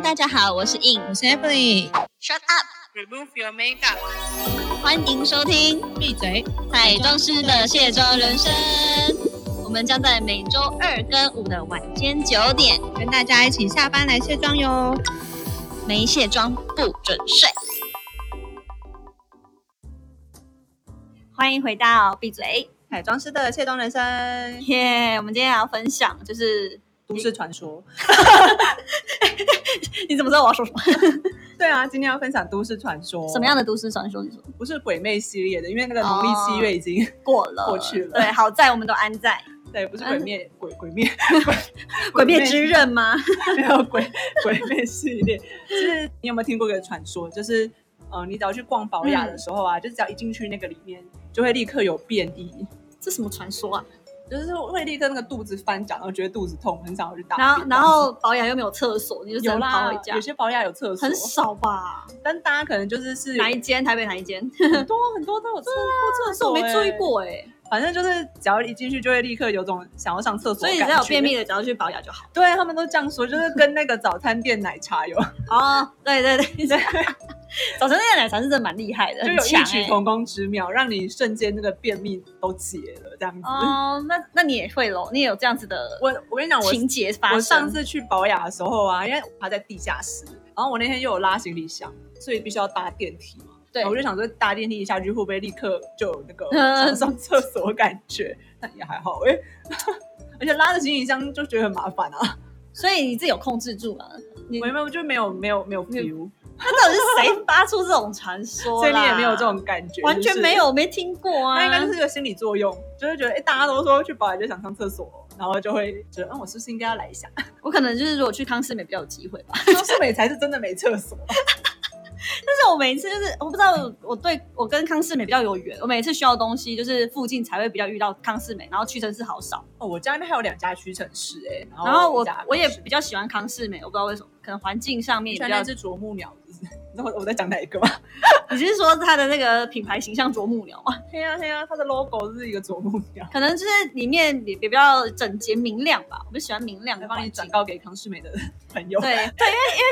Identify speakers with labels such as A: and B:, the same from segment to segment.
A: 大家好，我是 In，
B: 我是 Emily，
A: Shut up，
B: Remove your makeup，
A: 欢迎收听《
B: 闭嘴。
A: 彩妆师的卸妆人生》，我们将在每周二跟五的晚间九点，
B: 跟大家一起下班来卸妆哟。
A: 没卸妆不准睡。欢迎回到闭嘴，
B: 彩妆师的卸妆人生，
A: 耶、我们今天要分享就是，
B: 都市传说。
A: 你怎么知道我要说什么？
B: 对啊，今天要分享都市传说，
A: 什么？样的都市传说？你说
B: 不是鬼魅系列的，因为那个农历七月已经、
A: 过了，
B: 过去了
A: 对，好在我们都安在。
B: 对，不是鬼灭，鬼鬼灭，
A: 嗯 鬼灭之刃吗？
B: 没有鬼鬼魅系列。就是你有没有听过一个传说？就是呃，你只要去逛保雅的时候
A: 嗯
B: 啊，就只要一进去那个里面，就会立刻有变异。
A: 这什么传说啊？
B: 就是会立刻那个肚子翻涨，然后觉得肚子痛，很想要去打
A: 然后
B: 便
A: 然后保养又没有厕所，你就只
B: 有
A: 能
B: 啦
A: 跑回，家
B: 有。些保养有厕所，
A: 很，少吧？
B: 但大家可能就是是
A: 哪一间？台北哪一间？
B: 很多很多都有厕过厕
A: 但 是我
B: 所、
A: 没注意
B: 欸。
A: 过哎、
B: 啊反正就是只要一进去，就会立刻有种想要上厕所
A: 所
B: 的
A: 以你
B: 感觉。
A: 只要有便秘的，只要去保养就好。
B: 对他们都这样说，就是跟那个早餐店奶 茶有
A: 哦，对对对对， 早晨那个奶茶是真的蛮厉害的，
B: 就
A: 很
B: 有
A: 强
B: 异曲
A: 欸
B: 同工之妙，让你瞬间那个便秘都解了这样子。
A: 哦，那那你也会喽？你也有这样子的
B: 我我跟你讲，我
A: 情节发生？
B: 我上次去保雅的时候啊，因为他在地下室，然后我那天又有拉行李箱，所以必须要搭电梯嘛。
A: 对
B: 我就想说搭电梯一下去会不会立刻就有那个
A: 嗯
B: 想上厕所的感觉？但也还好哎、 而且拉着行李箱就觉得很麻烦啊，
A: 所以你自己有控制住吗？你
B: 我有没有就没有没有没有 feel，
A: 那到底是谁发出这种传说？
B: 所以你也没有这，种感觉，
A: 完全没
B: 是
A: 有，没听过
B: 不
A: 啊。
B: 是。那应该就是个心理作用，就是觉得哎、诶大家都说去保雅就想上厕所，然后就会觉得嗯，我是不是应该要来一下？
A: 我可能就是如果去康斯美比较有机会吧。
B: 说是美才是真的没厕所，
A: 但是我每一次就是我不知道我对我跟康世美比较有缘，我每次需要东西就是附近才会比较遇到康世美，然后屈臣氏好少。
B: 哦，我家那边还有两家屈臣氏哎、然后
A: 然后我
B: 一家
A: 我也
B: 是
A: 比较喜欢康世美，我不知道为什么，可能环境上面也
B: 你喜欢
A: 比较
B: 那。只啄木鸟，是不 是？你知道我我在讲哪一个吗？
A: 你是说它的那个品牌形象啄木鸟吗？
B: 嘿呀
A: 啊
B: 嘿呀，它的 logo 是一个啄木鸟。
A: 可能就是里面也比较整洁明亮吧，我就喜欢明亮
B: 来
A: 的
B: 帮你
A: 环
B: 转
A: 境。
B: 告给康世美的 朋 友。
A: 对，对，因为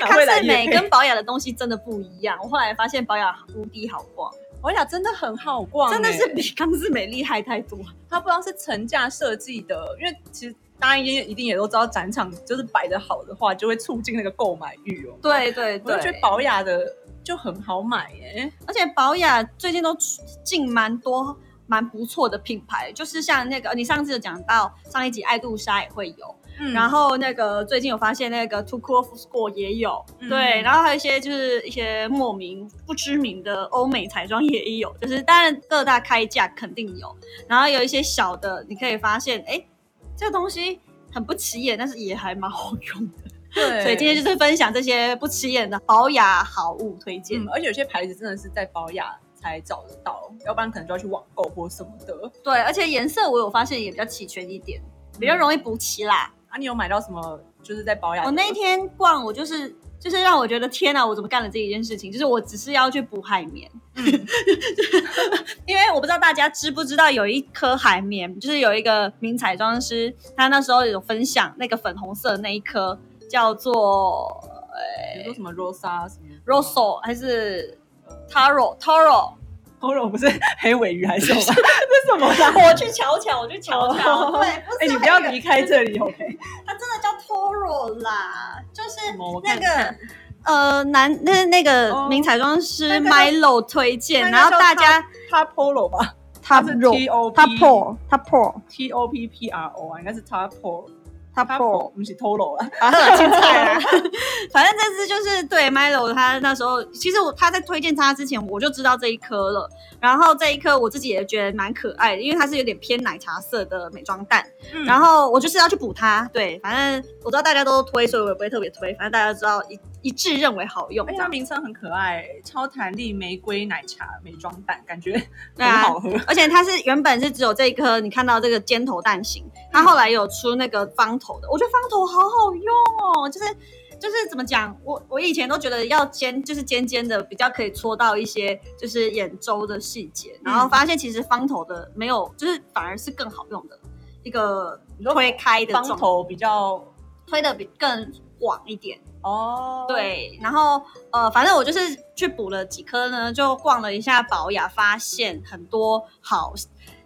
B: 哪
A: 因
B: 会
A: 为康
B: 来
A: 世
B: 业配
A: 美跟保雅的东西真的不一样。我后来发现保雅无敌好逛，
B: 我想真的很好逛欸、
A: 真的是比康世美厉害太多。
B: 它不知道是层架设计的，因为其实大家也一定也都知道，展场就是摆的好的话，就会促进那个购买欲哦。，
A: 对对
B: 我
A: 对，
B: 就觉得保雅的就很好买欸耶、
A: 而且保雅最近都进蛮多蛮不错的品牌，就是像那个你上次有讲到上一集爱杜莎也会有，
B: 嗯
A: 然后那个最近有发现那个 Too Cool for School 也有，
B: 嗯
A: 对，然后还有一些就是一些莫名不知名的欧美彩妆也有，就是当然各大开价肯定有，然后有一些小的你可以发现，哎，这个东西很不起眼，但是也还蛮好用的，
B: 对，
A: 所以今天就是分享这些不起眼的保雅好物推荐。
B: 嗯，而且有些牌子真的是在保雅才找得到，要不然可能就要去网购或什么的。
A: 对，而且颜色我有发现也比较齐全一点，比较容易补齐啦。
B: 啊，你有买到什么？就是在保养。
A: 我那一天逛，我就是就是让我觉得天哪，我怎么干了这一件事情？就是我只是要去补海绵， 因为我不知道大家知不知道有一颗海绵，就是有一个名彩妆师，他那时候有分享那个粉红色的那一颗叫做
B: 比如说什么 Rosa 什么
A: Rosso 还是 Taro Taro。
B: Toro 哦不是 黑尾鱼还是什么？ 这什么啦？
A: 我去瞧瞧，我去瞧瞧。
B: 哦
A: 对， 是
B: 哎、你不要
A: 那个
B: 离开这里，OK？
A: 它真的叫 Toro 啦，就是
B: 什么我
A: 那
B: 看
A: 个呃男那那个
B: 哦
A: 名彩妆师
B: 那个叫
A: Milo 推荐，
B: 那个
A: 然后
B: 叫
A: 大家
B: 它 Polo 吧
A: 他
B: 是
A: Pro
B: T O P
A: 他 Pro 他 Pro
B: T O P P R O 啊，应该是它 Polo。
A: 他
B: 它
A: Pro
B: 不是 Toro 啊。
A: 啊，青菜啊，反正这支就是对 Milo 他那时候，其实我他在推荐它之前我就知道这一颗了，然后这一颗我自己也觉得蛮可爱的，因为它是有点偏奶茶色的美妆蛋。然
B: 后
A: 后我就是要去补它，对，反正我知道大家都推，所以我也不会特别推，反正大家都知道一一致认为好用
B: 哎，，它名称很可爱，超弹力玫瑰奶茶美妆蛋，感觉
A: 对
B: 很
A: 啊
B: 好喝。
A: 而且它是原本是只有这一颗，你看到这个尖头蛋形，它后来有出那个方头的，我觉得方头好好用哦，就是就是怎么讲，我我以前都觉得要尖，就是尖尖的比较可以戳到一些就是眼周的细节，然后发现其实方头的没有，就是反而是更好用的一个
B: 你说
A: 推开的
B: 方
A: 状态。
B: 头比较
A: 推的比更广一点。
B: 哦，，
A: 对，然后呃，反正我就是去补了几科呢，就逛了一下保雅，发现很多好，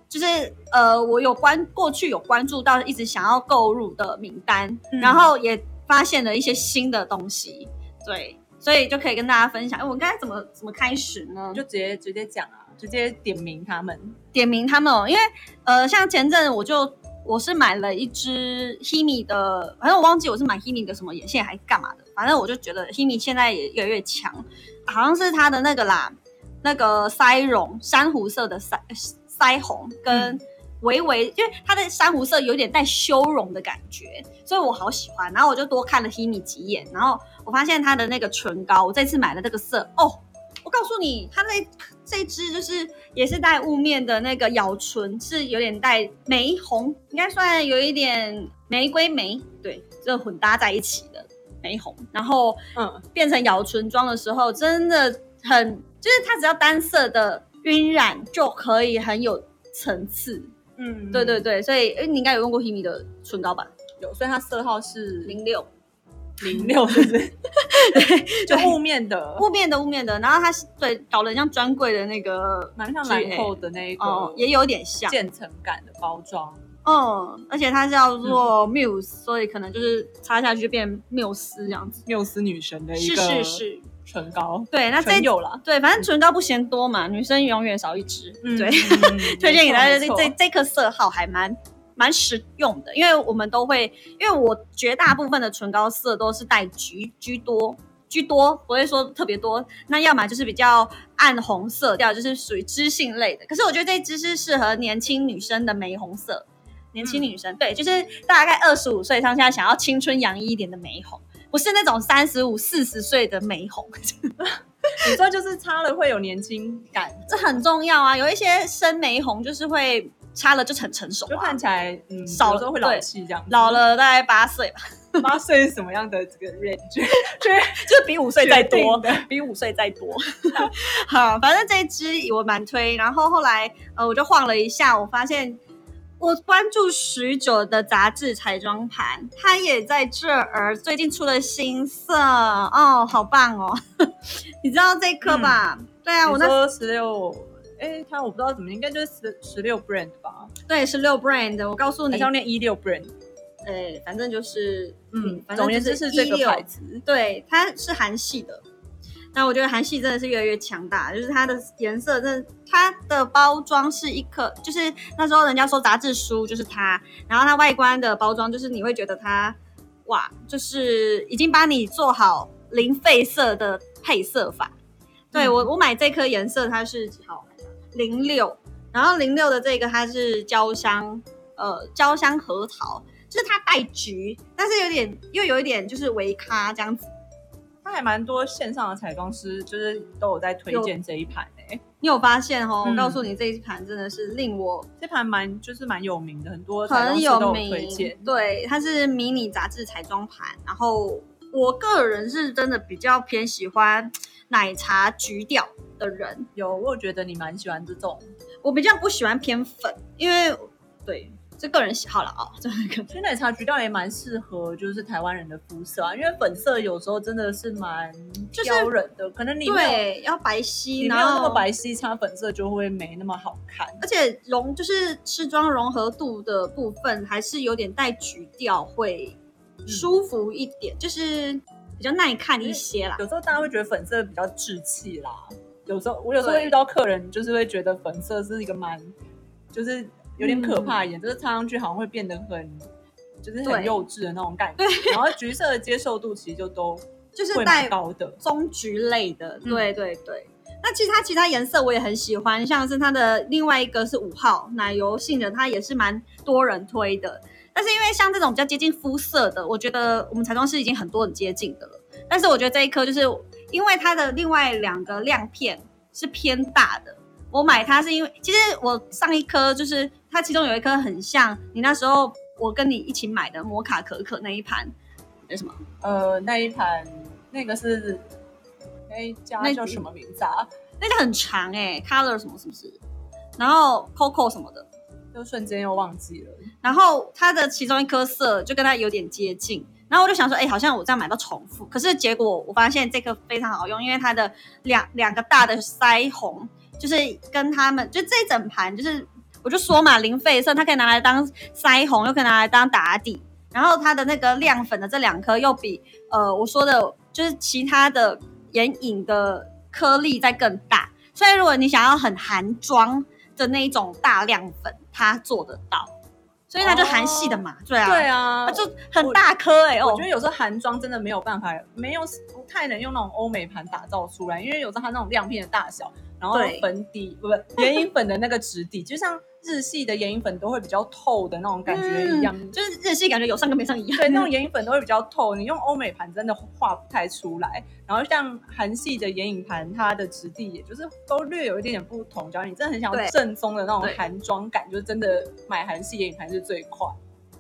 A: 就是呃，我有关过去有关注到一直想要购入的名单，
B: 嗯
A: 然后也发现了一些新的东西，对，所以就可以跟大家分享。哎我该怎么怎么开始呢？就
B: 就直接直接讲啊，直接点名他们。
A: 点名他们哦，因为呃，像前阵我就。我是买了一支 Himi 的，反正我忘记我是买 Himi 的什么眼线还是干嘛的，反正我就觉得 Himi 现在也越来越强，好像是它的那个啦，那个腮绒珊瑚色的腮腮红跟微微，因为它的珊瑚色有点带修容的感觉，所以我好喜欢。然后我就多看了 Himi 几眼，然后我发现它的那个唇膏，我这次买了这个色哦。我告诉你，它那这支就是也是带雾面的那个咬唇，是有点带玫红，应该算有一点玫瑰玫，对，这混搭在一起的玫红。然后
B: 嗯，
A: 变成咬唇妆的时候，真的很，就是它只要单色的晕染就可以很有层次。
B: 嗯，
A: 对对，对，所以诶你应该有用过 Himi 的唇膏吧？
B: 有，所以它色号是
A: 零六
B: 零六，是不是？就雾面的，
A: 雾面的雾面的，然后它是对搞得很像专柜的那个
B: 蛮像兰蔻的那一个，
A: 哦，也有点像，
B: 渐层感的包装。
A: 嗯，而且它叫做 Muse，、所以可能就是擦下去就变缪斯这样子。
B: 缪斯女神的一
A: 是
B: 个
A: 是是，
B: 唇膏，
A: 对，那这
B: 唇釉啦，
A: 对，反正唇膏不嫌多嘛，女生永远少一支，
B: 嗯
A: 对。
B: 嗯
A: 推荐给大家
B: 没
A: 这
B: 错
A: 这
B: 没错
A: 这颗色号还蛮蛮实用的，因为我们都会，因为我绝大部分的唇膏色都是带橘居多。居多不会说特别多，那要么就是比较暗红色调，就是属于知性类的。可是我觉得这支是适合年轻女生的玫红色，年
B: 嗯
A: 轻女生、对，就是大概二十五岁上下想要青春洋溢一点的玫红，不是那种三十五、四十岁的玫红。
B: 你说就是擦了会有年轻感，
A: 这很重要啊！有一些深玫红就是会擦了就很成熟、啊，
B: 就看起来嗯，
A: 少了
B: 有时候会老气这样，
A: 老了大概八岁吧，
B: 八岁是什么样的这个 range？
A: 就是比五岁再多
B: 决定，
A: 比五岁再多。好，反正这一支我蛮推，然后后来呃我就晃了一下，我发现我关注许久的杂志彩妆盘，它也在这儿，最近出了新色哦，好棒哦！ 你知道这颗吧？对啊，我
B: 嗯你
A: 那
B: 说十六，哎，它我不知道怎么，应该就是十十六 brand 吧，
A: 对是六 brand，我告诉
B: 好
A: 你，
B: 像念一六 brand，
A: 哎，反正就是
B: 嗯，
A: 反正
B: 总而言之
A: 就是
B: 这个
A: 16
B: 牌子，
A: 对，它是韩系的。那我觉得韩系真的是越来越强大，就是它的颜色真的，它的包装是一颗，就是那时候人家说杂志书就是它，然后它外观的包装就是你会觉得它，哇，就是已经帮你做好零废色的配色法。对、
B: 嗯
A: 我，我买这颗颜色它是几号？零六，然后零六的这个它是焦香，呃，焦香核桃，就是它带橘，但是有点又有一点就是微咖这样子。
B: 它还蛮多线上的彩妆师就是都有在推荐这一盘欸诶，
A: 你有发现哦？
B: 嗯
A: 我告诉你，这一盘真的是令我
B: 这盘蛮就是蛮有名的，很多彩妆
A: 很
B: 师
A: 有
B: 都有
A: 名
B: 推荐，。
A: 对，它是迷你杂志彩妆盘，然后我个人是真的比较偏喜欢奶茶橘调的人，
B: 有，我有觉得你蛮喜欢这种，
A: 我比较不喜欢偏粉，因为对。这个人喜好了哦，这个
B: 其实奶茶橘调也蛮适合就是台湾人的肤色啊，因为粉色有时候真的是蛮
A: 就是
B: 挑人的，可能你没有
A: 对要白皙，
B: 你没
A: 然
B: 有
A: 后
B: 那么白皙，擦粉色就会没那么好看。
A: 而且融就是试妆融合度的部分，还是有点带橘调，会舒服一点，就是比较耐看一些啦。
B: 有时候大家会觉得粉色比较稚气啦，有时候我有时候
A: 对
B: 会遇到客人就是会觉得粉色是一个蛮就是有点可怕一点，就是擦上去好像会变得很。就是
A: 嗯对
B: 很幼稚的那种感觉，然后橘色的接受度其实就都
A: 就是
B: 会蛮
A: 带
B: 高的，
A: 棕橘类的，
B: 嗯
A: 对对对。那其实它其他颜色我也很喜欢，像是它的另外一个是五号奶油杏仁，它也是蛮多人推的。但是因为像这种比较接近肤色的，我觉得我们彩妆师已经很多很接近的了。但是我觉得这一颗就是因为它的另外两个亮片是偏大的，我买它是因为其实我上一颗就是它其中有一颗很像你那时候我跟你一起买的摩卡可可那一盘，那什么？
B: 呃，那一盘那个是那一家
A: 那
B: 叫什么名字啊？
A: 那个很长哎、欸、，color 什么是不是？然后 coco 什么的，
B: 就瞬间又忘记了。
A: 然后它的其中一颗色就跟它有点接近，然后我就想说，哎、好像我这样买到重复，可是结果我发现这个非常好用，因为它的两两个大的腮红，就是跟他们就这一整盘，就是我就说嘛，零费色它可以拿来当腮红，又可以拿来当打底，然后它的那个亮粉的这两颗又比呃我说的，就是其他的眼影的颗粒再更大，所以如果你想要很韩妆的那一种大亮粉，它做得到，所以它就韩系的嘛，对啊，
B: 哦对啊
A: 它，就很大颗哎、欸、
B: 我
A: 哦
B: 觉，得有时候韩妆真的没有办法，没有不太能用那种欧美盘打造出来，因为有时候它那种亮片的大小，然后
A: 对
B: 粉底不 不眼影粉的那个质地，就像日系的眼影粉都会比较透的那种感觉一样。
A: 嗯就是日系感觉有上跟没上一样。
B: 对，那种眼影粉都会比较透，你用欧美盘真的画不太出来。然后像韩系的眼影盘，它的质地也就是都略有一点点不同。假如你真的很想要
A: 对
B: 正宗的那种
A: 对
B: 韩妆感，就真的买韩系眼影盘是最快。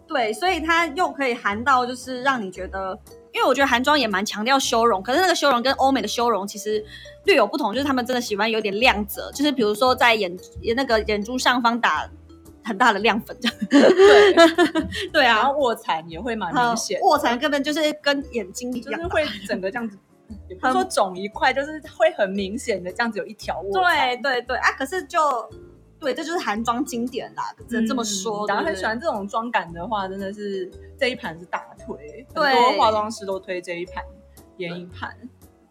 A: 对，所以它又可以含到，就是让你觉得，因为我觉得韩妆也蛮强调修容，可是那个修容跟欧美的修容其实略有不同，就是他们真的喜欢有点亮泽，就是比如说在眼那个眼珠上方打很大的亮粉这样。
B: 对，
A: 对
B: 然
A: 啊，
B: 后卧蚕也会蛮明显的。
A: 卧蚕呃根本就是跟眼睛一
B: 就
A: 样
B: 是。会整个这样子，也不是说肿一块，就是会很明显的这样子有一条窝。
A: 对对对啊，可是就对，这就是韩妆经典啦，只能这么说。
B: 然后
A: 对
B: 嗯很
A: 不对
B: 喜欢这种妆感的话，真的是这一盘是大推，很
A: 对
B: 多化妆师都推这一盘眼影盘。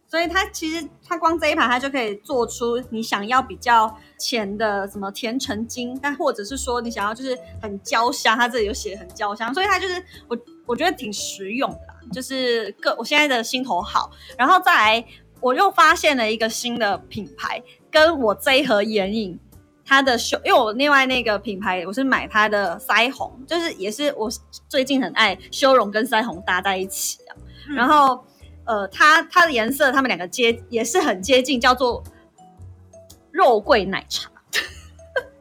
A: 所以它其实它光这一盘，它就可以做出你想要比较浅的什么甜橙金，但或者是说你想要就是很焦香，它这里有写很焦香，所以它就是我我觉得挺实用的啦，就是个我现在的心头好，然后再来我又发现了一个新的品牌，跟我这一盒眼影。它的修，因为我另外那个品牌，我是买它的腮红，就是也是我最近很爱修容跟腮红搭在一起啊。
B: 嗯
A: 然后呃，它它的颜色，它们两个接也是很接近，叫做肉桂奶茶。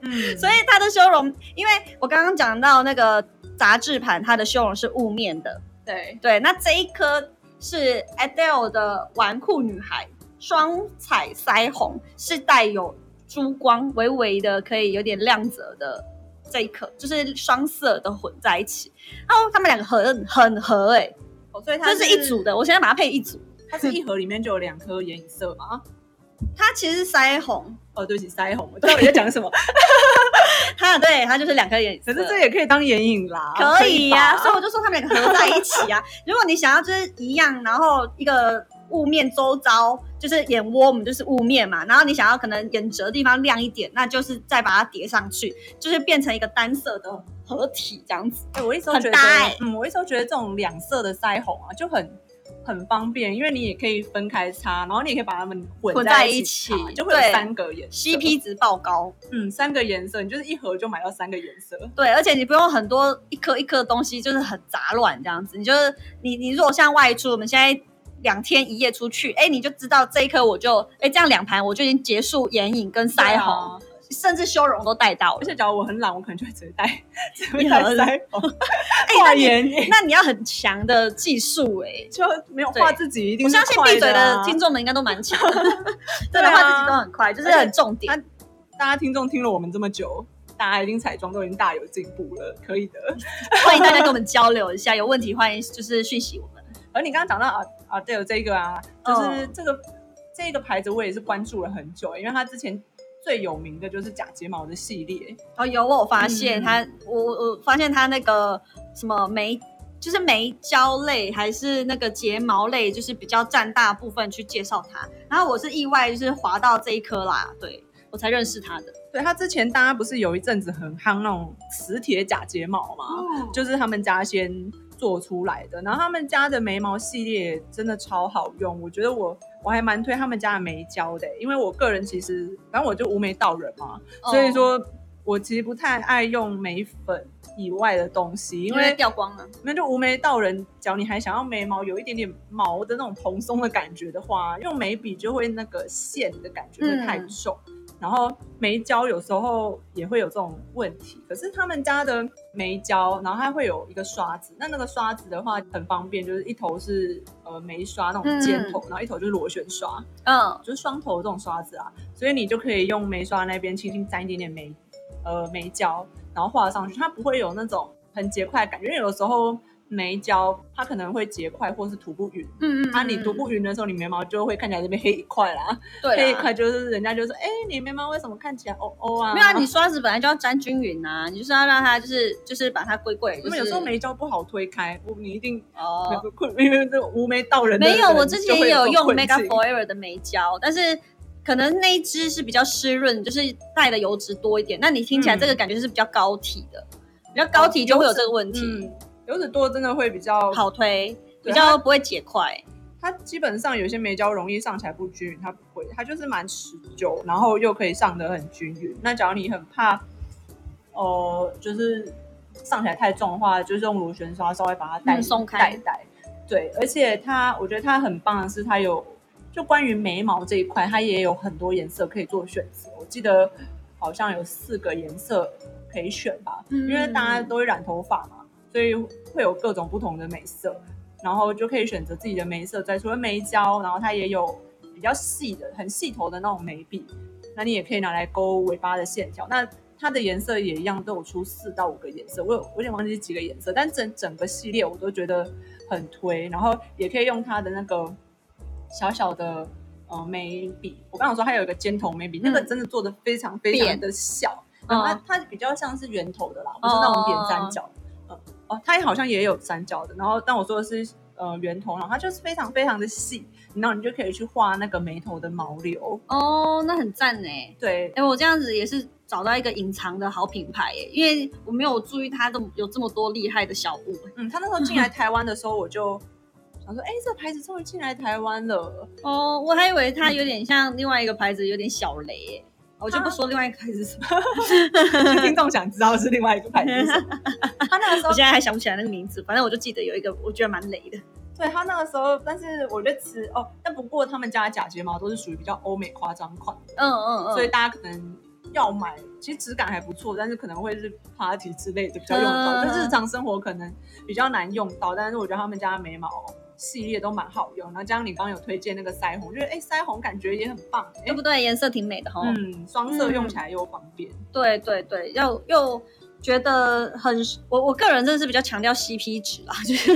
B: 嗯，
A: 所以它的修容，因为我刚刚讲到那个杂志盘，它的修容是雾面的，
B: 对，
A: 对。那这一颗是 Adele 的纨绔女孩双彩腮红，是带有珠光，微微的可以有点亮泽的。这一颗就是双色的混在一起，然后它们两个很很合哎、欸，
B: 哦所以它
A: 这是一组，的，我现在把它配一组。
B: 它是一盒里面就有两颗眼影色嘛。啊
A: 它其实是腮红，
B: 哦，对不起，腮红，我知道你在讲什么，
A: 它对它就是两颗眼
B: 可
A: 色，
B: 是这也可以当眼影啦，
A: 可以呀、
B: 吧
A: 所以我就说它们两个合在一起啊。 如果你想要就是一样，然后一个雾面周遭就是眼窝，我们就是雾面嘛，然后你想要可能眼褶的地方亮一点，那就是再把它叠上去，就是变成一个单色的合体这样子。
B: 对，我一直都
A: 很
B: 觉得
A: 搭欸，
B: 嗯，我一直都觉得这种两色的腮红啊，就很很方便，因为你也可以分开擦，然后你也可以把它们混
A: 混
B: 在
A: 在
B: 一
A: 一
B: 起
A: 起
B: 擦，就会有
A: 对
B: 三个颜色
A: CP 值爆高，
B: 嗯，三个颜色，你就是一盒就买到三个颜色，
A: 对，而且你不用很多一颗一颗的东西，就是很杂乱这样子。你就是你你如果像外出，我们现在两天一夜出去，哎，你就知道这一颗我就哎这样两盘我就已经结束眼影跟
B: 对
A: 腮
B: 啊
A: 红，。甚至修容都带到了。
B: 而且假如我很懒，我可能就会直接带直接
A: 一
B: 带
A: 盒子
B: 腮 红，
A: 哎
B: 画
A: 那你
B: 眼影
A: 那你要很强的技术哎、
B: 就没有
A: 对
B: 画自己一定
A: 我
B: 是
A: 相信
B: 快
A: 闭嘴
B: 啊
A: 的听众们应该都蛮强 的，
B: 对
A: 对
B: 啊
A: 的话自己都很快，就是很重点
B: 而。大家听众听了我们这么久，大家一定彩妆都已经大有进步了，可以的。
A: 欢迎大家跟我们交流一下，有问题欢迎就是讯息我们。
B: 而你刚刚讲到啊啊，对了，这个啊，就是
A: 嗯
B: 这个、这个牌子我也是关注了很久，因为它之前最有名的就是假睫毛的系列，
A: 哦，有我有发现
B: 嗯
A: 他，我我我发现他那个什么眉，就是眉胶类还是那个睫毛类，就是比较占大部分去介绍它。然后我是意外就是滑到这一颗啦，对我才认识它的。
B: 对它之前大家不是有一阵子很夯那种磁铁假睫毛嘛，
A: 哦，
B: 就是他们家先做出来的，然后他们家的眉毛系列真的超好用，我觉得我我还蛮推他们家的眉胶的，因为我个人其实反正我就无眉道人嘛，所
A: 哦
B: 以说我其实不太爱用眉粉以外的东西，因
A: 因
B: 为
A: 为掉光了，
B: 那就无眉道人，只要你还想要眉毛有一点点毛的那种蓬松的感觉的话，用眉笔就会那个线的感觉会太重。然后眉胶有时候也会有这种问题，可是他们家的眉胶，然后它会有一个刷子，那那个刷子的话很方便，就是一头是呃眉刷那种尖头，然后一头就是螺旋刷，
A: 嗯，
B: 就是双头这种刷子啊，所以你就可以用眉刷那边轻轻沾一点点眉呃眉胶，然后画上去，它不会有那种很结块的感觉，因为有时候眉胶它可能会结块或是涂不匀。
A: 嗯嗯，
B: 啊，你涂不匀的时候，你眉毛就会看起来这边黑一块啦，
A: 对啊啦
B: 黑一块就是人家就说，哎、你眉毛为什么看起来哦哦啊？
A: 没有啊，你刷子本来就要沾均匀啊，你就是要让它就是就是把它归归。
B: 因为有时候眉胶不好推开，我你一定
A: 哦，
B: 困，因为这无眉道人的
A: 没有，
B: 人
A: 我之前
B: 就会
A: 也有
B: 这种
A: 用
B: 困
A: Mega
B: 境
A: Forever 的眉胶，但是可能那一支是比较湿润，就是带的油脂多一点。那你听起来
B: 嗯哦
A: 这个感觉是比较膏体的，比较膏体就会有这个问题，
B: 嗯，油脂多真的会比较，
A: 好推，比
B: 对啊
A: 较不会结块。
B: 它基本上有些眉胶容易上起来不均匀，它不会，它就是蛮持久，然后又可以上得很均匀。那假如你很怕，哦、就是上起来太重的话，就是用螺旋刷稍微把它带
A: 嗯松开
B: 带一带。对，而且它，我觉得它很棒的是，它有就关于眉毛这一块，它也有很多颜色可以做选择。我记得好像有四个颜色可以选吧，
A: 因
B: 嗯因为大
A: 嗯
B: 家都会染头发嘛，所以会有各种不同的美色，然后就可以选择自己的眉色在，除了眉胶，然后它也有比较细的、很细头的那种眉笔，那你也可以拿来勾尾巴的线条。那它的颜色也一样，都有出四到五个颜色，我有我有点忘记是几个颜色，但整整个系列我都觉得很推，然后也可以用它的那个小小的呃眉笔，我刚刚说它有一个尖头眉笔，那个
A: 嗯
B: 真的做的非常非常
A: 扁
B: 的小，然后
A: 嗯
B: 它它比较像是圆头的啦，不是那种扁三角。嗯哦，它好像也有三角的，然后但我说的是呃圆头，然后它就是非常非常的细，然后你就可以去画那个眉头的毛流。
A: 哦，那很赞呢。
B: 对，
A: 哎、我这样子也是找到一个隐藏的好品牌耶，因为我没有注意它这么有这么多厉害的小物。
B: 嗯，他那时候进来台湾的时候，我就想说，哎、这个牌子终于进来台湾了。
A: 哦，我还以为它有点像另外一个牌子，有点小雷耶。我
B: 啊
A: 就不说另外一个牌子是什么，
B: 听众想知道是另外一个牌子是什么，他那个时候
A: 我现在还想不起来那个名字，反正我就记得有一个，我觉得蛮雷的。
B: 对他那个时候，但是我觉得其实哦，但不过他们家的假睫毛都是属于比较欧美夸张款，
A: 嗯嗯嗯，
B: 所以大家可能要买，其实质感还不错，但是可能会是 party 之类的比较用得到，
A: 嗯
B: 但日常生活可能比较难用到。但是我觉得他们家的眉毛系列都蛮好用，然后加上你刚刚有推荐那个腮红，我觉得哎、腮红感觉也很棒，哎、
A: 对不对？颜色挺美的哈、
B: 嗯，双色用起来又方便，
A: 对对对，又又觉得很，我我个人真的是比较强调 CP 值啦， 就是，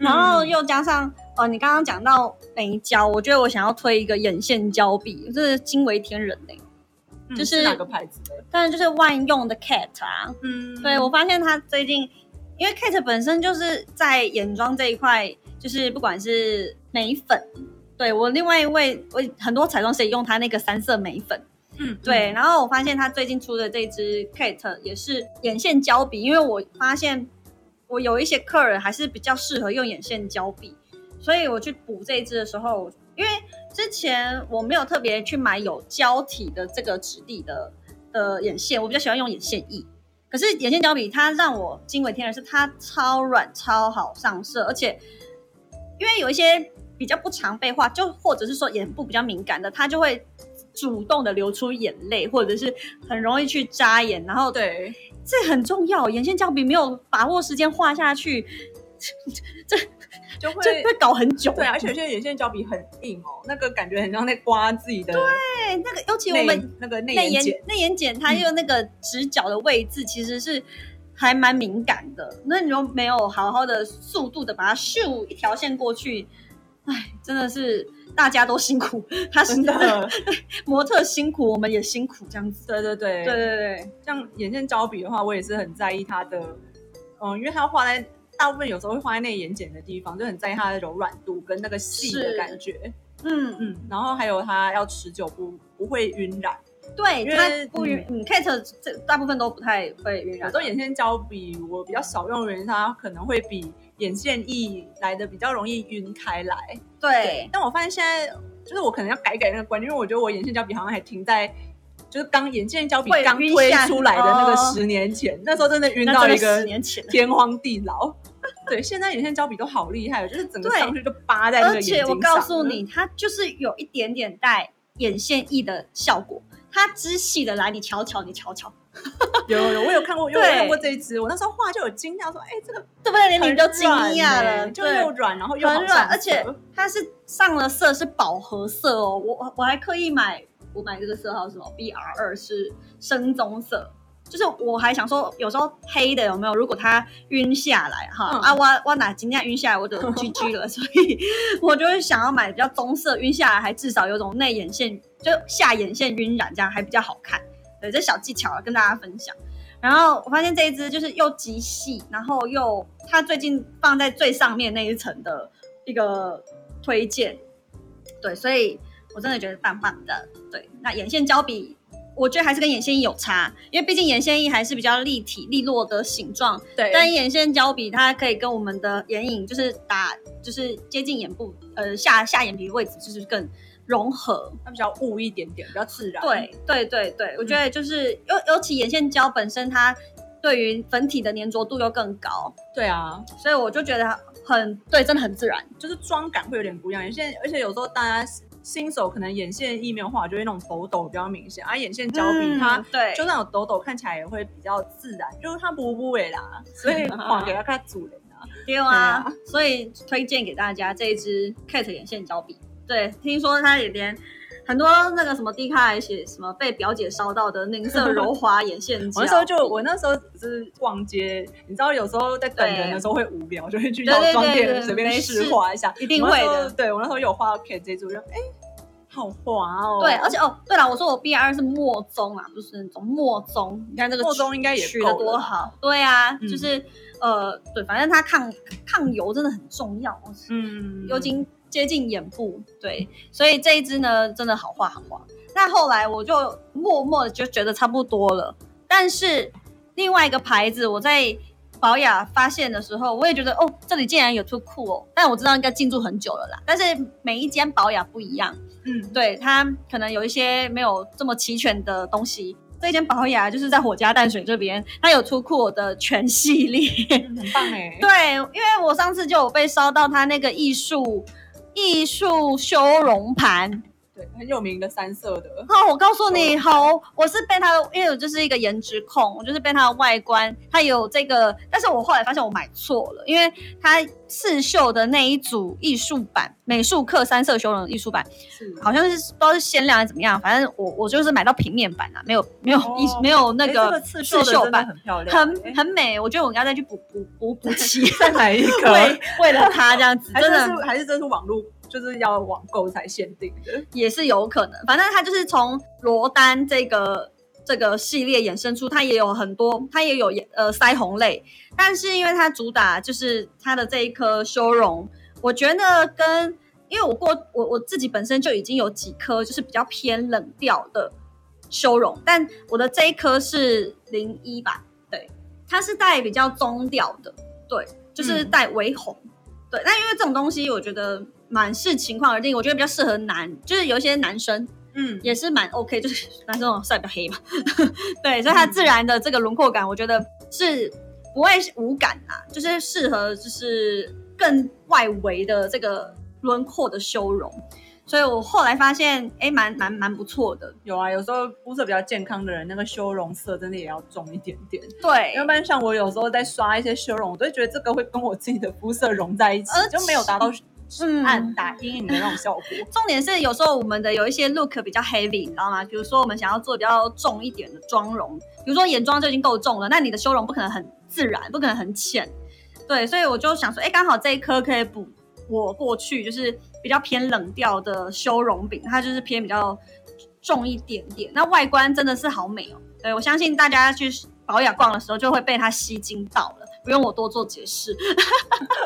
A: 然后又加上呃，你刚刚讲到眉胶，我觉得我想要推一个眼线胶笔，这是惊为天人呢、
B: 嗯
A: 就是
B: 是哪个牌子的？
A: 但是就是万用的 Cat 啊，
B: 嗯，
A: 对我发现他最近，因为 Kate 本身就是在眼妆这一块，就是不管是眉粉，对我另外一位，我很多彩妆师也用他那个三色眉粉，
B: 嗯，嗯
A: 对。，然后我发现他最近出的这支 Kate 也是眼线胶笔，因为我发现我有一些客人还是比较适合用眼线胶笔，所以我去补这一支的时候，因为之前我没有特别去买有胶体的这个质地的的眼线，我比较喜欢用眼线液。可是眼线胶笔它让我惊为天人，是它超软、超好上色，而且因为有一些比较不常被画，就或者是说眼部比较敏感的，它就会主动的流出眼泪，或者是很容易去扎眼，然后
B: 对，
A: 这很重要。眼线胶笔没有把握时间画下去，
B: 就会
A: 这会搞很久。
B: 对，而且有些眼线胶笔很硬哦，那个感觉很像在刮自己的
A: 对那个，尤其我
B: 内
A: 们
B: 那个内
A: 内 眼
B: 眼睑。嗯
A: 内眼睑，它又那个直角的位置其实是还蛮敏感的。那你又没有好好的速度的把它咻一条线过去，哎，真的是大家都辛苦，他是
B: 真的，
A: 模特辛苦，我们也辛苦这样子。
B: 对对对
A: 对对对，
B: 像眼线胶笔的话，我也是很在意它的，嗯，因为它画在大部分有时候会画在内眼睑的地方，就很在意它的柔软度跟那个细的
A: 是
B: 感觉，
A: 嗯嗯，
B: 嗯，然后还有它要持久不不会晕染，
A: 对，
B: 因为
A: 它不晕，嗯，Kate 这大部分都不太会晕
B: 有
A: 染
B: 时。候眼线胶笔我比较少用的原因，它可能会比眼线液来的比较容易晕开来，
A: 对，
B: 但我发现现在就是我可能要改改那个观念，因为我觉得我眼线胶笔好像还停在。就是刚眼线胶笔
A: 会
B: 刚
A: 晕
B: 推
A: 下
B: 出来的那个
A: 哦
B: 十年前，那时候真的晕
A: 那
B: 到
A: 真的
B: 一个
A: 十年前了。
B: 天荒地老。 对，现在眼线胶笔都好厉害，就是整个
A: 对
B: 上去就扒在那个
A: 而
B: 眼睛
A: 且
B: 上。
A: 我告诉你，它就是有一点点带眼线液的效果，它支细的来，你瞧瞧，你瞧瞧，
B: 有， 有有我有看过，有
A: 对
B: 看过这一支，我那时候画就有惊讶说，哎、这个
A: 对不对？连你
B: 很
A: 都惊
B: 软
A: 讶
B: 欸
A: 了，
B: 就
A: 对
B: 又软，然后又好
A: 很软，
B: 上
A: 而且
B: 色
A: 它是上了色是饱和色哦，我我我还刻意买，我买这个色号是什么？B R 二是深棕色，就是我还想说，有时候黑的有没有？如果它晕下来哈、
B: 嗯
A: 啊，我我哪今天晕下来我就 GG 了，所以我就会想要买比较棕色，晕下来还至少有种内眼线就下眼线晕染，这样还比较好看。对，这小技巧啊跟大家分享。然后我发现这一支就是又极细，然后又它最近放在最上面那一层的一个推荐，对，所以我真的觉得棒棒的。对，那眼线胶笔，我觉得还是跟眼线液有差，因为毕竟眼线液还是比较立体利落的形状，
B: 对
A: 但眼线胶笔它可以跟我们的眼影就是打，就是接近眼部呃下下眼皮位置，就是更融合。
B: 它比较雾一点点，比较自然。
A: 对对嗯对对，我觉得就是尤、尤其眼线胶本身它对于粉体的粘着度又更高，
B: 对啊，
A: 所以我就觉得很对，真的很自然。
B: 就是妆感会有点不一样。眼线，而且有时候大家新手可能眼线液没有画，就会那种抖抖比较明显，而、眼线胶笔它、
A: 嗯对，
B: 就那种抖抖看起来也会比较自然，就是它不不尾啦，所以画 给它看主人啊。
A: 对啊，所以推荐给大家这一支 Kate 眼线胶笔。对，听说它也连很多那个什么 D 卡还写什么被表姐烧到的凝色柔滑眼线胶
B: 我
A: 笔，
B: 那时候就我那时候只是逛街，你知道有时候在等人的时候会无聊，就会去
A: 对
B: 药
A: 对
B: 妆
A: 对
B: 店
A: 对，
B: 随便
A: 没
B: 试
A: 事
B: 画一下，
A: 一定会
B: 我那时
A: 的
B: 候。对我那时候有画到 K 这组，就哎、好滑哦。
A: 对，而且哦，对了，我说我 B R 是墨棕啊，不是那种墨棕。你看这个
B: 墨棕应该也
A: 取
B: 够
A: 的
B: 了
A: 多
B: 吧
A: 好，对啊，
B: 嗯
A: 就是呃，对，反正它抗抗油真的很重要，哦
B: 嗯，
A: 尤其接近眼部，对，所以这一支呢真的好画好画。那后来我就默默的就觉得差不多了，但是另外一个牌子我在保雅发现的时候，我也觉得哦，这里竟然有 Too Cool 哦，但我知道应该进驻很久了啦，但是每一间保雅不一样。
B: 嗯，
A: 对它可能有一些没有这么齐全的东西。这间保雅就是在火加淡水这边，它有出库的全系列。
B: 嗯很棒哎、
A: 对，因为我上次就有被烧到它那个艺术艺术修容盘，
B: 对，很有名的三色的，
A: 哦，我告诉你，好，我是被它的，因为我就是一个颜值控，我就是被它的外观，它有这个，但是我后来发现我买错了，因为它刺绣的那一组艺术版，美术课三色修容的艺术版，
B: 是
A: 好像是不知道是限量还是怎么样，反正我我就是买到平面版啊，没有没有一、
B: 哦
A: 没有那
B: 诶这
A: 个
B: 个哎刺绣
A: 刺
B: 的
A: 绣
B: 真的
A: 版，
B: 很漂亮，
A: 很
B: 诶
A: 很美。我觉得我应该再去补补补补 齐，
B: 再买 一个
A: 为。为了它这样子，
B: 还
A: 真
B: 是
A: 的
B: 是还是这是网络，就是要网购才限定的。
A: 也是有可能。反正它就是从罗丹这个这个系列衍生出，它也有很多，它也有呃腮红类，但是因为它主打就是它的这一颗修容，我觉得跟因为我过我我自己本身就已经有几颗就是比较偏冷调的修容，但我的这一颗是零一吧，对，它是带比较棕调的，对，就是
B: 嗯
A: 带微红。对，那因为这种东西，我觉得蛮视情况而定。我觉得比较适合男，就是有一些男生
B: 嗯，
A: 也是蛮 OK，就是男生那种晒比较黑嘛， 对，
B: 嗯
A: 所以它自然的这个轮廓感，我觉得是不会无感啊，就是适合就是更外围的这个轮廓的修容。所以我后来发现，哎，蛮蛮蛮不错的，
B: 有啊，有时候肤色比较健康的人，那个修容色真的也要重一点点。
A: 对
B: 要，不然像我有时候在刷一些修容，我都会觉得这个会跟我自己的肤色融在一起
A: 而，且
B: 就没有达到
A: 呃嗯
B: 暗打阴影的那种效果。
A: 重点是有时候我们的有一些 look 比较 heavy，你知道吗？比如说我们想要做比较重一点的妆容，比如说眼妆就已经够重了，那你的修容不可能很自然，不可能很浅，对，所以我就想说，哎，刚好这一颗可以补我过去就是比较偏冷调的修容饼，它就是偏比较重一点点，那外观真的是好美哦，对我相信大家去保养逛的时候就会被它吸睛到了，不用我多做解释。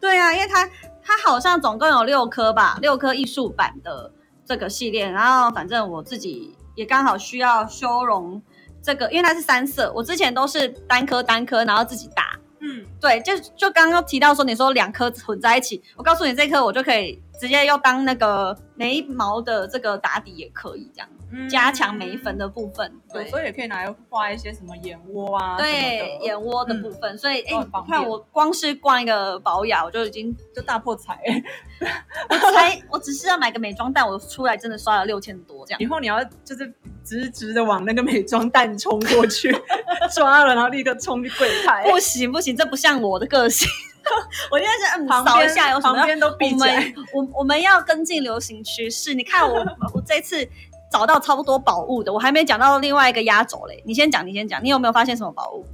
A: 对啊，因为它它好像总共有六颗吧，六颗艺术版的这个系列。然后反正我自己也刚好需要修容这个，因为它是三色，我之前都是单颗单颗，然后自己打。
B: 嗯，
A: 对，就就刚刚提到说，你说两颗混在一起，我告诉你这颗我就可以直接要当那个眉毛的这个打底也可以，这样加强眉粉
B: 的，
A: 的部分。
B: 有
A: 嗯对
B: 时。候也可以拿来画一些什么眼窝啊，
A: 对眼窝的部分，所以哎，
B: 都
A: 你
B: 很方便
A: 看我光是逛一个保养，我就已经
B: 就大破财。
A: 我才我只是要买个美妆蛋，我出来真的刷了六千多这样。
B: 以后你要就是直直的往那个美妆蛋冲过去， 抓了然后立刻冲去柜台，
A: 不行不行，这不像我的个性。 我现在是嗯，
B: 旁
A: 扫一
B: 边
A: 下有什
B: 旁
A: 么要？
B: 边都
A: 我
B: 闭起来。
A: 们我我们要跟进流行趋势。你看我我这次找到超多宝物的，我还没讲到另外一个压轴嘞。你先讲，你先讲，你有没有发现什么宝物？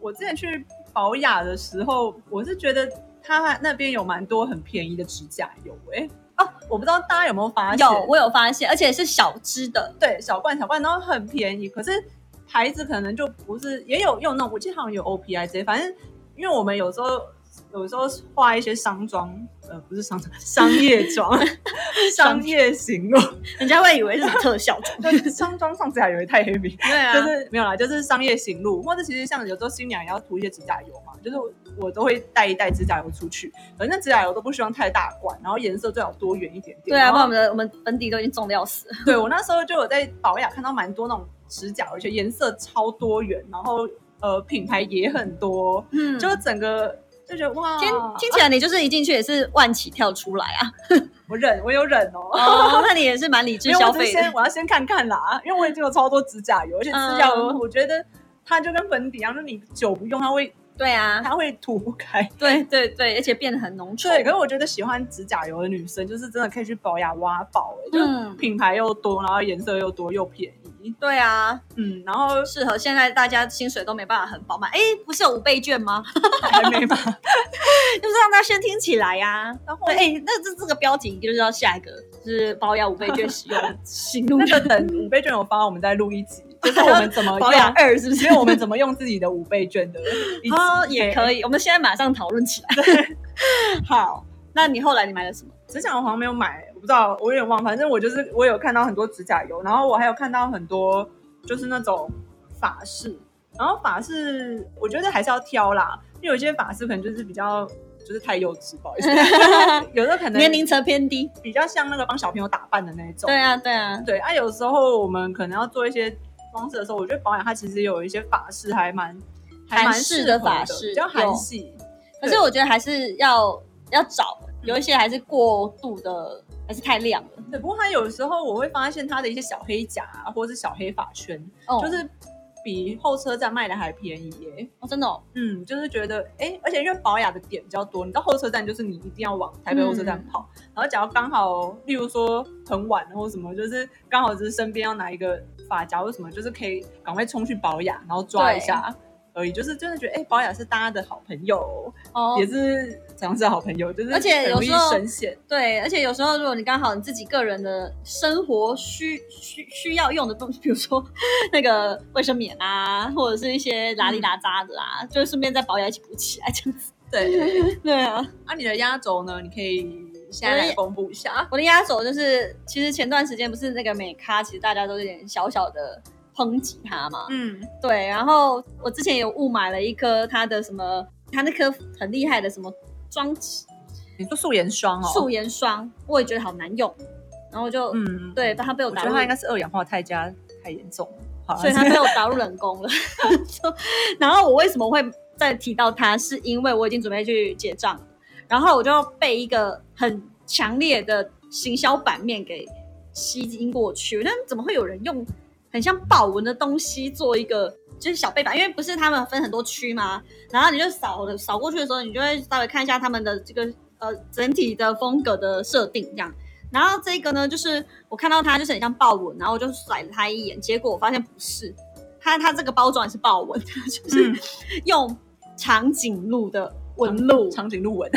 B: 我之前去保养的时候，我是觉得他那边有蛮多很便宜的指甲油、欸，哎，哦，我不知道大家有没有发现？
A: 有，我有发现，而且是小支的，
B: 对，小罐小罐，然后很便宜，可是牌子可能就不是，也有用那种，我记得好像有 OPI 这些，反正因为我们有时候有时候画一些商妆，呃，不是商妆， 商业 妆，商业型哦，
A: 人家会以为是特效 妆。
B: 就是商妆上指甲油也太 heavy，
A: 对啊，
B: 就是没有啦，就是商业行路，或者其实像有时候新娘也要涂一些指甲油嘛，就是我我都会带一袋指甲油出去，反正指甲油都不希望太大罐，然后颜色最好多元一点点。
A: 对啊，
B: 然
A: 不然我
B: 后
A: 们的我们粉底都已经重的要死了。
B: 对我那时候就有在保养看到蛮多那种指甲油，而且颜色超多元，然后呃品牌也很多，
A: 嗯
B: 就整个就觉得哇，
A: 听听起来你就是一进去也是万起跳出来啊。
B: 我忍，我有忍哦。
A: 哦， 那你也是蛮理智
B: 因为
A: 消
B: 我只是
A: 费的
B: 先。我要先看看啦，因为我已经有超多指甲油，而且指甲油
A: 嗯
B: 我觉得它就跟粉底一样，就是你久不用它会
A: 对啊，
B: 它会涂不开。
A: 对对对，而且变得很浓稠。
B: 对， 可是我觉得喜欢指甲油的女生，就是真的可以去保养挖宝、欸，就是
A: 嗯
B: 品牌又多，然后颜色又多又便宜，
A: 对啊，
B: 嗯，然后
A: 适合现在大家薪水都没办法很饱满。哎，不是有五倍券吗？
B: 还没买。
A: 就是让大家先听起来呀、
B: 然后
A: 对，哎，那这这个标题就知道下一个就是包养五倍券使用行 路
B: 那个等五倍券有发，我们再录一集，就是我们怎 么
A: 保养
B: 用，
A: 二是不是
B: 因？为我们怎么用自己的五倍券的一集。
A: 哦，也可以，我们现在马上讨论起来。好，那你后来你买了什么？
B: 指甲油好像没有买，我不知道，我有点忘。反正我就是我有看到很多指甲油，然后我还有看到很多就是那种法式，然后法式我觉得还是要挑啦，因为有些法式可能就是比较就是太幼稚，不好意 思，有时候可能
A: 年龄层偏低。
B: 比较像那个帮小朋友打扮的那一种。
A: 对啊，对啊，
B: 对啊，有时候我们可能要做一些装饰的时候，我觉得保养它其实有一些法式还蛮还蛮
A: 韩式
B: 适
A: 的
B: 合
A: 法式
B: 比较
A: 有
B: 韩系。
A: 可是我觉得还是要要找，有一些还是过度的，还是太亮了。
B: 对，不过它有时候我会发现它的一些小黑夹、啊、或者是小黑发圈，
A: 哦，
B: 就是比候车站卖的还便宜耶、
A: 哦，真的、哦，
B: 嗯，就是觉得哎、诶而且因为保雅的点比较多，你到候车站就是你一定要往台北候车
A: 嗯
B: 站跑，然后假如刚好，例如说很晚或什么，就是刚好就是身边要拿一个发夹或什么，就是可以赶快冲去保雅，然后抓一下。而已，就是真的觉得，哎、保雅是大家的好朋友，
A: 哦
B: 也，是常是好朋友，就是
A: 而且
B: 很
A: 有
B: 容易
A: 时候
B: 深陷。
A: 对，而且有时候如果你刚好你自己个人的生活需需需要用的东西， 比如说那个卫生棉啊，或者是一些拉里拉渣的啊，就顺便在保养一起补起来这样子。
B: 对，
A: 对啊，
B: 啊，你的压轴呢？你可以现在来公布一下。
A: 我的压轴就是，其实前段时间不是那个美咖，其实大家都有点小小的抨击它嘛。
B: 嗯，
A: 对，然后我之前有误买了一颗它的什么，它那颗很厉害的什么妆
B: 哦你说素颜霜哦，
A: 素颜霜，我也觉得好难用，然后我就、
B: 嗯，
A: 对，把它被我
B: 我
A: 打
B: 觉得
A: 入
B: 它应该是二氧化钛加太严重了，好
A: 所以他被我打入冷宫了。 就然后我为什么会再提到他，是因为我已经准备去结账了，然后我就被一个很强烈的行销版面给吸引过去。那怎么会有人用很像豹纹的东西做一个？就是小背板，因为不是他们分很多区嘛，然后你就扫的扫过去的时候，你就会稍微看一下他们的这个呃整体的风格的设定这样。然后这个呢，就是我看到它就是很像豹纹，然后我就甩了它一眼，结果我发现不是，它它这个包装也是豹纹，就是
B: 嗯
A: 用长颈鹿的纹路，
B: 长颈鹿纹，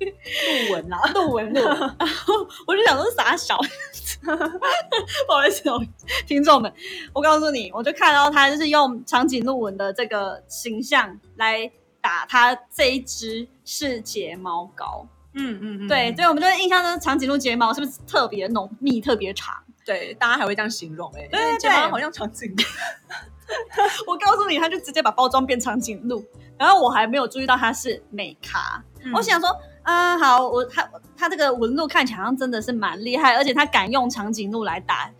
B: 鹿纹啦，
A: 鹿纹路，然后我就想说傻小， 不好意思哦，听众们，我告诉你，我就看到它就是用长颈鹿纹的这个形象来打它这一只是睫毛膏，
B: 嗯嗯嗯，
A: 对，
B: 对
A: 所以我们就印象中长颈鹿睫毛是不是特别浓密、特别长？
B: 对，大家还会这样形容哎，
A: 对
B: 因为
A: 对
B: 睫毛
A: 对
B: 好像长颈鹿，
A: 我告诉你，他就直接把包装变长颈鹿，然后我还没有注意到它是美卡。
B: 嗯
A: 我想说，嗯，好，我他他这个纹路看起来好像真的是蛮厉害，而且他敢用长颈鹿来打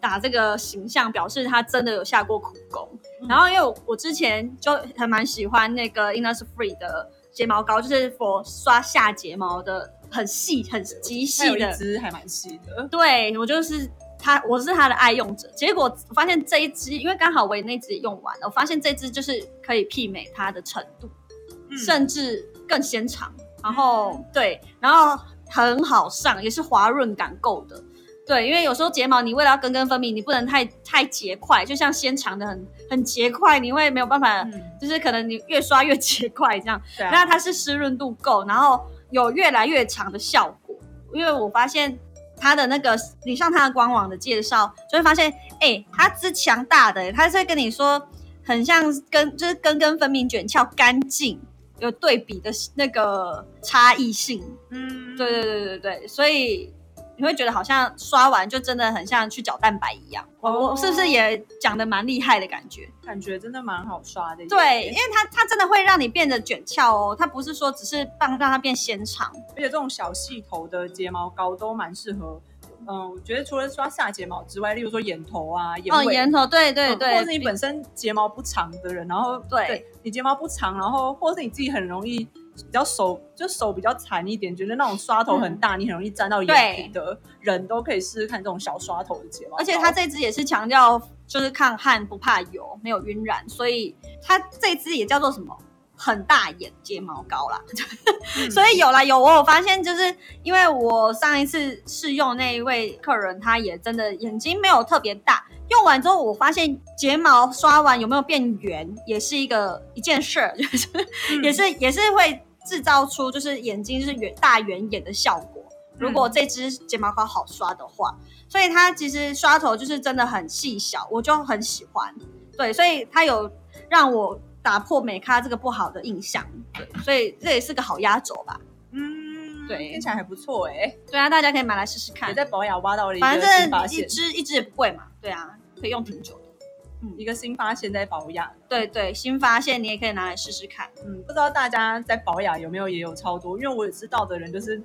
A: 打这个形象，表示他真的有下过苦功。
B: 嗯
A: 然后因为我我之前就还蛮喜欢那个 Innisfree 的睫毛膏，就是 for 刷下睫毛的，很细很极
B: 它
A: 细
B: 有一
A: 的，
B: 只还蛮细的，
A: 对我就是他，我是他的爱用者。结果我发现这一支，因为刚好我也那支也用完了，我发现这支就是可以媲美它的程度，
B: 嗯
A: 甚至更纤长。然后对，然后很好上，也是滑润感够的。对，因为有时候睫毛你为了要根根分明，你不能太太结块，就像纤长的很很结块，你会没有办法，
B: 嗯，
A: 就是可能你越刷越结块这样。
B: 对啊，
A: 那它是湿润度够，然后有越来越长的效果。因为我发现哎它的那个，你上它的官网的介绍，就会发现，哎、它之强大的、它是在跟你说，很像根，就是根根分明、卷翘、干净，有对比的那个差异性。
B: 嗯，
A: 对对对对对，所以你会觉得好像刷完就真的很像去搅蛋白一样。我、
B: 哦
A: 我是不是也讲的蛮厉害的感觉？
B: 感觉真的蛮好刷的耶。
A: 对，因为它它真的会让你变得卷翘哦，它不是说只是让让它变纤长。
B: 而且这种小细头的睫毛膏都蛮适合。嗯，我觉得除了刷下睫毛之外，例如说眼头啊、眼
A: 哦，
B: 尾，
A: 眼头，对对
B: 嗯
A: 对，
B: 或者是你本身睫毛不长的人，然后
A: 对
B: 你睫毛不长，然后或者是你自己很容易比较手就手比较残一点，觉得那种刷头很大，你很容易沾到眼皮的人都可以试试看这种小刷头的睫毛膏。
A: 而且它这支也是强调就是抗汗不怕油，没有晕染，所以它这支也叫做什么？很大眼睫毛膏啦，
B: 嗯
A: 所以有啦有，我有发现，就是因为我上一次试用那一位客人，他也真的眼睛没有特别大，用完之后我发现睫毛刷完有没有变圆，也是一个一件事儿，就是
B: 嗯
A: 也是也是会制造出就是眼睛就是圆大圆眼的效果。如果
B: 嗯
A: 这支睫毛膏好刷的话，所以它其实刷头就是真的很细小，我就很喜欢。对，所以它有让我打破美咖这个不好的印象。对，所以这也是个好压轴吧。
B: 嗯，
A: 对
B: 听起来还不错哎、
A: 对啊，大家可以买来试试
B: 也
A: 看。
B: 在保养挖到了一
A: 反
B: 个新
A: 正
B: 发
A: 一
B: 现，
A: 支一支也不贵嘛。对啊，可以用挺久的。
B: 嗯一个新发现在保养。
A: 对对，新发现你也可以拿来试试看。
B: 嗯，不知道大家在保养有没有也有超多，因为我也知道的人就是。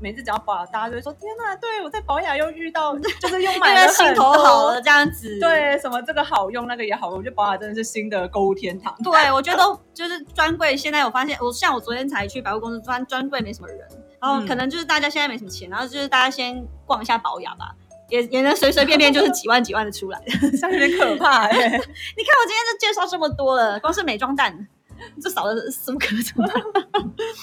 B: 每次只要保养，大家就会说：“天哪、对我在保养又遇到，就是又买
A: 因为
B: 了
A: 心
B: 很
A: 头
B: 多
A: 好了这样子。。
B: 对，什么这个好用，那个也好用，我觉得宝雅真的是新的购物天堂。
A: 对，我觉得就是专柜现在我发现，我像我昨天才去百货公司，专专柜没什么人，然后
B: 嗯
A: 可能就是大家现在没什么钱，然后就是大家先逛一下保养吧。也也能随随便便就是几万几万的出来。 你看
B: 像有点可怕哎、
A: 我今天就介绍这么多了，光是美妆蛋就少了四五颗 出来。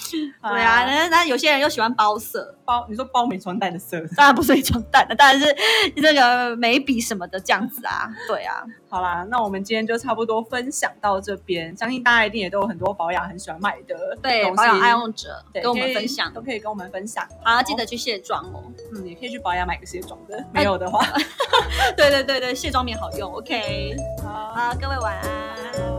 A: 对啊，，那那有些人又喜欢包色，
B: 包你说包美妆蛋的色。
A: 当然不是美妆蛋的，当然是这个眉笔什么的这样子啊。对啊，
B: 好啦，那我们今天就差不多分享到这边，相信大家一定也都有很多保养很喜欢买的
A: 对
B: 东
A: 保养
B: 西
A: 爱用者
B: 对
A: 跟我
B: 可
A: 们
B: 以
A: 分享，
B: 都可以跟我们分享。
A: 好记得去卸妆哦。
B: 嗯，也可以去保养买个卸妆
A: 呃
B: 的，没有的话，
A: 对对对对，卸妆棉好用。OK。
B: 好
A: 好，各位晚安。